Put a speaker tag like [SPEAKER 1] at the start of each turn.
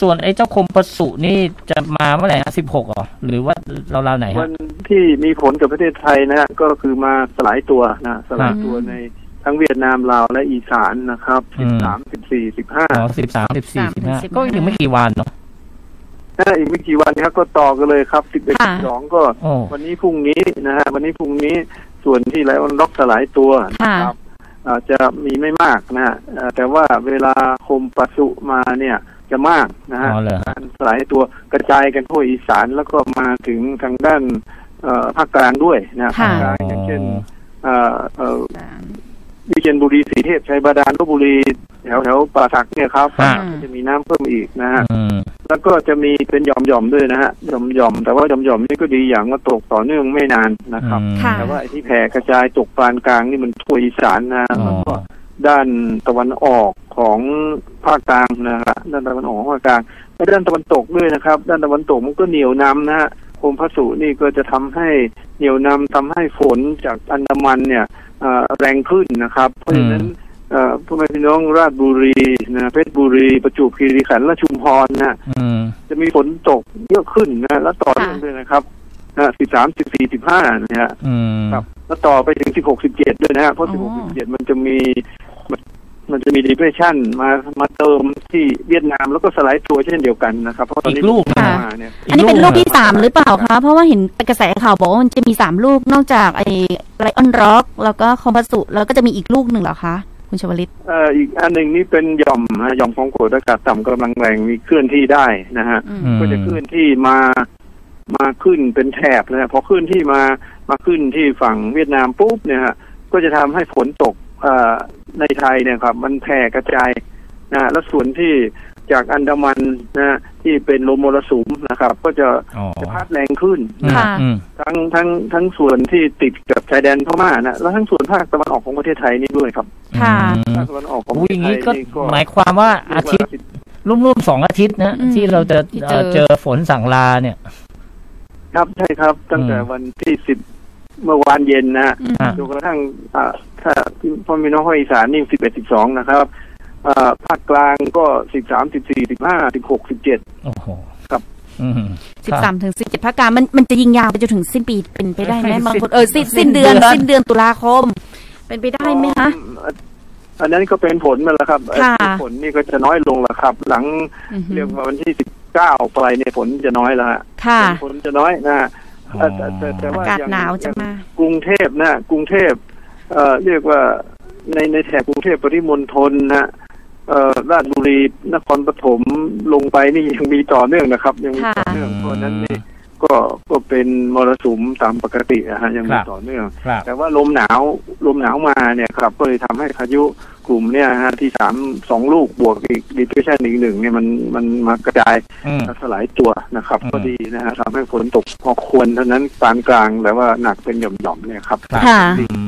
[SPEAKER 1] ส่วนไอ้เจ้าคมประสุนี่จะมาเมื่อไหร่ฮะสิบหกหรอ หรือว่าเราเราวๆไหน
[SPEAKER 2] วั
[SPEAKER 1] ฮะ
[SPEAKER 2] นที่มีผลกับประเทศไทยนะฮะก็คือมาสลายตัวนะสลายตัว
[SPEAKER 3] อืม
[SPEAKER 2] ในทั้งเวียดนามลาวและอีสานนะครับ
[SPEAKER 1] อื
[SPEAKER 2] สิบ
[SPEAKER 1] ม
[SPEAKER 2] สามสิบสี่สิบห้า
[SPEAKER 1] อ๋อสิบสามสิบสี่สิบห้า
[SPEAKER 3] 15
[SPEAKER 1] ก็ยังไม่กี่วันเนาะ
[SPEAKER 2] ถ้าอีกไม่กี่วันนะครับก็ต่อกันเลยครับสิบเอ็ด
[SPEAKER 3] ค่ะ
[SPEAKER 2] สองก็
[SPEAKER 1] โอ้
[SPEAKER 2] วันนี้พรุ่งนี้นะฮะวันนี้พรุ่งนี้ส่วนที่ไลออนล็อกสลายตัวนะครับอาจจะมีไม่มากนะฮะเอ่อแต่ว่าเวลาคมปัสุมาเนี่ยจะมากนะฮะ
[SPEAKER 1] อ๋อเหรอฮะ
[SPEAKER 2] การสลายตัวกระจายกันทั่วอีสานแล้วก็มาถึงทางด้านเอ่อภาคกลางด้วยนะ
[SPEAKER 3] ค่ะ
[SPEAKER 2] ภาคกลางอย่างเช่นเอ่อเอ่อ
[SPEAKER 3] สาม
[SPEAKER 2] วิเชียรบุรีสีเทพชัยบาดาลลบบุรีแถวแถวป่าสักเนี่ยครับ
[SPEAKER 3] ค่ะ
[SPEAKER 2] ก็จะมีน้ำเพิ่มอีกนะฮะ
[SPEAKER 1] อืม
[SPEAKER 2] แล้วก็จะมีเป็นหย่อมหย่อมๆด้วยนะฮะหย่อมหย่อมๆแต่ว่าหย่อมหย่อมๆนี่ก็ดีอย่างว่าตกต่อเนื่องไม่นานนะครับ
[SPEAKER 1] อืม
[SPEAKER 3] ค่ะ
[SPEAKER 2] แต่ว่าไอ้ที่แผ่กระจายตกปานกลางนี่มันทั่วอีสานนะ
[SPEAKER 1] อ๋อ
[SPEAKER 2] แล้วก็ ด้านตะวันออกของภาคกลางนะฮะด้านตะวันออกของภาคกลางและด้านตะวันตกด้วยนะครับ ด้านตะวันตกมันก็เหนียวนำนะฮะโคมพระสุนี่ก็จะทำให้เหนียวนำทำให้ฝนจากอันดามันเนี่ยเอ่อแรงขึ้นนะครับ เพราะฉะนั้นเอ่อพ่อแม่พี่น้องราชบุรีนะเพชรบุรีประจวบคีรีขันธ์และชุมพรนะฮะ
[SPEAKER 1] อืม
[SPEAKER 2] จะมีฝนตกเยอะขึ้นนะฮะและต่อเนื่องด้วยนะครับสิบสามสิบสี่สิบห้านะฮะ
[SPEAKER 1] อืม
[SPEAKER 2] ครับ แล้วต่อไปถึง 16 17 ด้วยนะฮะ เพราะ 16
[SPEAKER 3] อ๋อ
[SPEAKER 2] 17 มันจะมี มันมันจะมี depression มา มาเติมที่เวียดนามแล้วก็สไลด์ตัวเช่นเดียวกันนะครับ เพราะตอนนี้
[SPEAKER 1] อีกลูกนะ
[SPEAKER 2] มาเนี่ย
[SPEAKER 3] อันนี้เป็น
[SPEAKER 1] ก
[SPEAKER 3] ลูกที่
[SPEAKER 1] หงะ
[SPEAKER 3] สามหรือเปล่าคะ เพราะว่าเห็นกระแสข่าวบอกว่ามันจะมีสามลูกนอกจากไอ้ไลออนร็อกแล้วก็คอมพัสสุแล้วก็จะมีอีกลูกหนึ่งเหรอคะ คุณชวลิต
[SPEAKER 2] เอ่อ อีกอันหนึ่งนี่เป็นหย่อมฮะหย่อมของกดอากาศต่ำกำลังแรงมีเคลื่อนที่ได้นะฮะ
[SPEAKER 3] อืม
[SPEAKER 1] อืม
[SPEAKER 2] ก็จะเคลื่อนที่มา มาขึ้นเป็นแถบนะฮะพอเคลื่อนที่มา มาขึ้นที่ฝั่งเวียดนามปุ๊บเนี่ยฮะ ก็จะทำให้ฝนตกเอ่อในไทยเนี่ยครับ มันแผ่กระจายนะฮะแล้วส่วนที่จากอันดามันนะฮะที่เป็นลมมรสุมนะครับ ก็จะ
[SPEAKER 1] อ๋อ
[SPEAKER 2] จะพัดแรงขึ้น
[SPEAKER 1] อืม
[SPEAKER 2] นะ
[SPEAKER 3] ค่ะ
[SPEAKER 1] อืม
[SPEAKER 2] ทั้งทั้งทั้งส่วนที่ติดกับชายแดนพม่านะแล้วทั้งส่วนภาคตะวันออกของประเทศไทยนี่ด้วยครับ
[SPEAKER 3] ค่ะ
[SPEAKER 1] อืม
[SPEAKER 2] ภาคตะวันออกของประ
[SPEAKER 1] อุ้ย
[SPEAKER 2] เท
[SPEAKER 1] อ
[SPEAKER 2] ศ
[SPEAKER 1] ย่าง
[SPEAKER 2] ไท
[SPEAKER 1] นี้
[SPEAKER 2] ย
[SPEAKER 1] ก็
[SPEAKER 2] นี่ก็
[SPEAKER 1] หมายความว่าอาทิตย์ร่วมๆสองอาทิตย์นะ
[SPEAKER 3] อืม
[SPEAKER 1] ที่เราจะ
[SPEAKER 3] ที่เจอ
[SPEAKER 1] เอ่อเจอฝนสั่งลาเนี่ย
[SPEAKER 2] ครับใช่ครับ ตั้งแต่วันที่สิบเมื่อวานเย็นนะฮะ
[SPEAKER 3] อืม
[SPEAKER 1] อ่ะ
[SPEAKER 2] จนกระทั่งอ่าถ้าพี่พ่อแมีน้องภาคอีสานนี่สิบเอ็ดสิบสองนะครับอ่าภาคกลางก็สิบสามสิบสี่สิบห้าสิบหกสิบเจ็ด
[SPEAKER 1] โอ้โห
[SPEAKER 2] ครับ
[SPEAKER 1] อืม
[SPEAKER 3] สิบสามถึงสิบเจ็ดพฤศจิกามันมันจะยิงยาวไปจนถึงสิ้นปีเป็นไปได้ไหม
[SPEAKER 1] สิ้น
[SPEAKER 3] บางคนเออสิ้นสิ้นเดือน
[SPEAKER 1] สิ้นเดือน
[SPEAKER 3] สิ้นเดือนตุลาคม เป็นไปได้ไหมคะ
[SPEAKER 2] อันนั้นก็เป็นผลมาแล้วครับ
[SPEAKER 3] ค่ะ
[SPEAKER 2] เอ่อผลนี่ก็จะน้อยลงแล้วครับ หลัง
[SPEAKER 3] อือฮึ
[SPEAKER 2] เรียกว่าวันที่สิบเก้าไปเนี่ยผลจะน้อยแล้วฮะ
[SPEAKER 3] ค่ะ
[SPEAKER 2] ผลจะน้อยนะฮะเอ่อแต่แต่แต่
[SPEAKER 3] อา
[SPEAKER 2] ว่าก
[SPEAKER 3] าศ
[SPEAKER 2] อย่ง
[SPEAKER 3] หนาว
[SPEAKER 2] อ
[SPEAKER 3] จะ
[SPEAKER 2] ย่ง
[SPEAKER 3] มา
[SPEAKER 2] กรุงเทพนะกรุงเทพเอ่อเรียกว่าในในแถบกรุงเทพปริมณฑลนะเอ่อราชบุรีนครปฐมลงไปนี่ยังมีต่อเนื่องนะครับ ยังมี
[SPEAKER 3] ค่ะ
[SPEAKER 2] ต่อเนื่องเพราะฉะนั้นนี่ ก็ก็เป็นมรสุมตามปกตินะฮะยั
[SPEAKER 1] ค
[SPEAKER 2] งมี
[SPEAKER 1] รับ
[SPEAKER 2] ต่อเนื่อง
[SPEAKER 1] ครับ
[SPEAKER 2] แต่ว่าลมหนาวลมหนาวมาเนี่ยครับ ก็เลยทำให้พายุกลุ่มเนี่ยฮะที่สามสองลูกบวกอีกดิเพชันอีกหนึ่งเนี่ยมันมันมากระจาย
[SPEAKER 1] อืม
[SPEAKER 2] สลายตัวนะครับ
[SPEAKER 1] อืม
[SPEAKER 2] ก็ดีนะฮะทำให้ฝนตกพอควรเท่านั้นปานกลางแต่ว่าหนักเป็นหย่อมๆเนี่ยครับ
[SPEAKER 1] ครับ
[SPEAKER 3] ค่ะ
[SPEAKER 1] อืม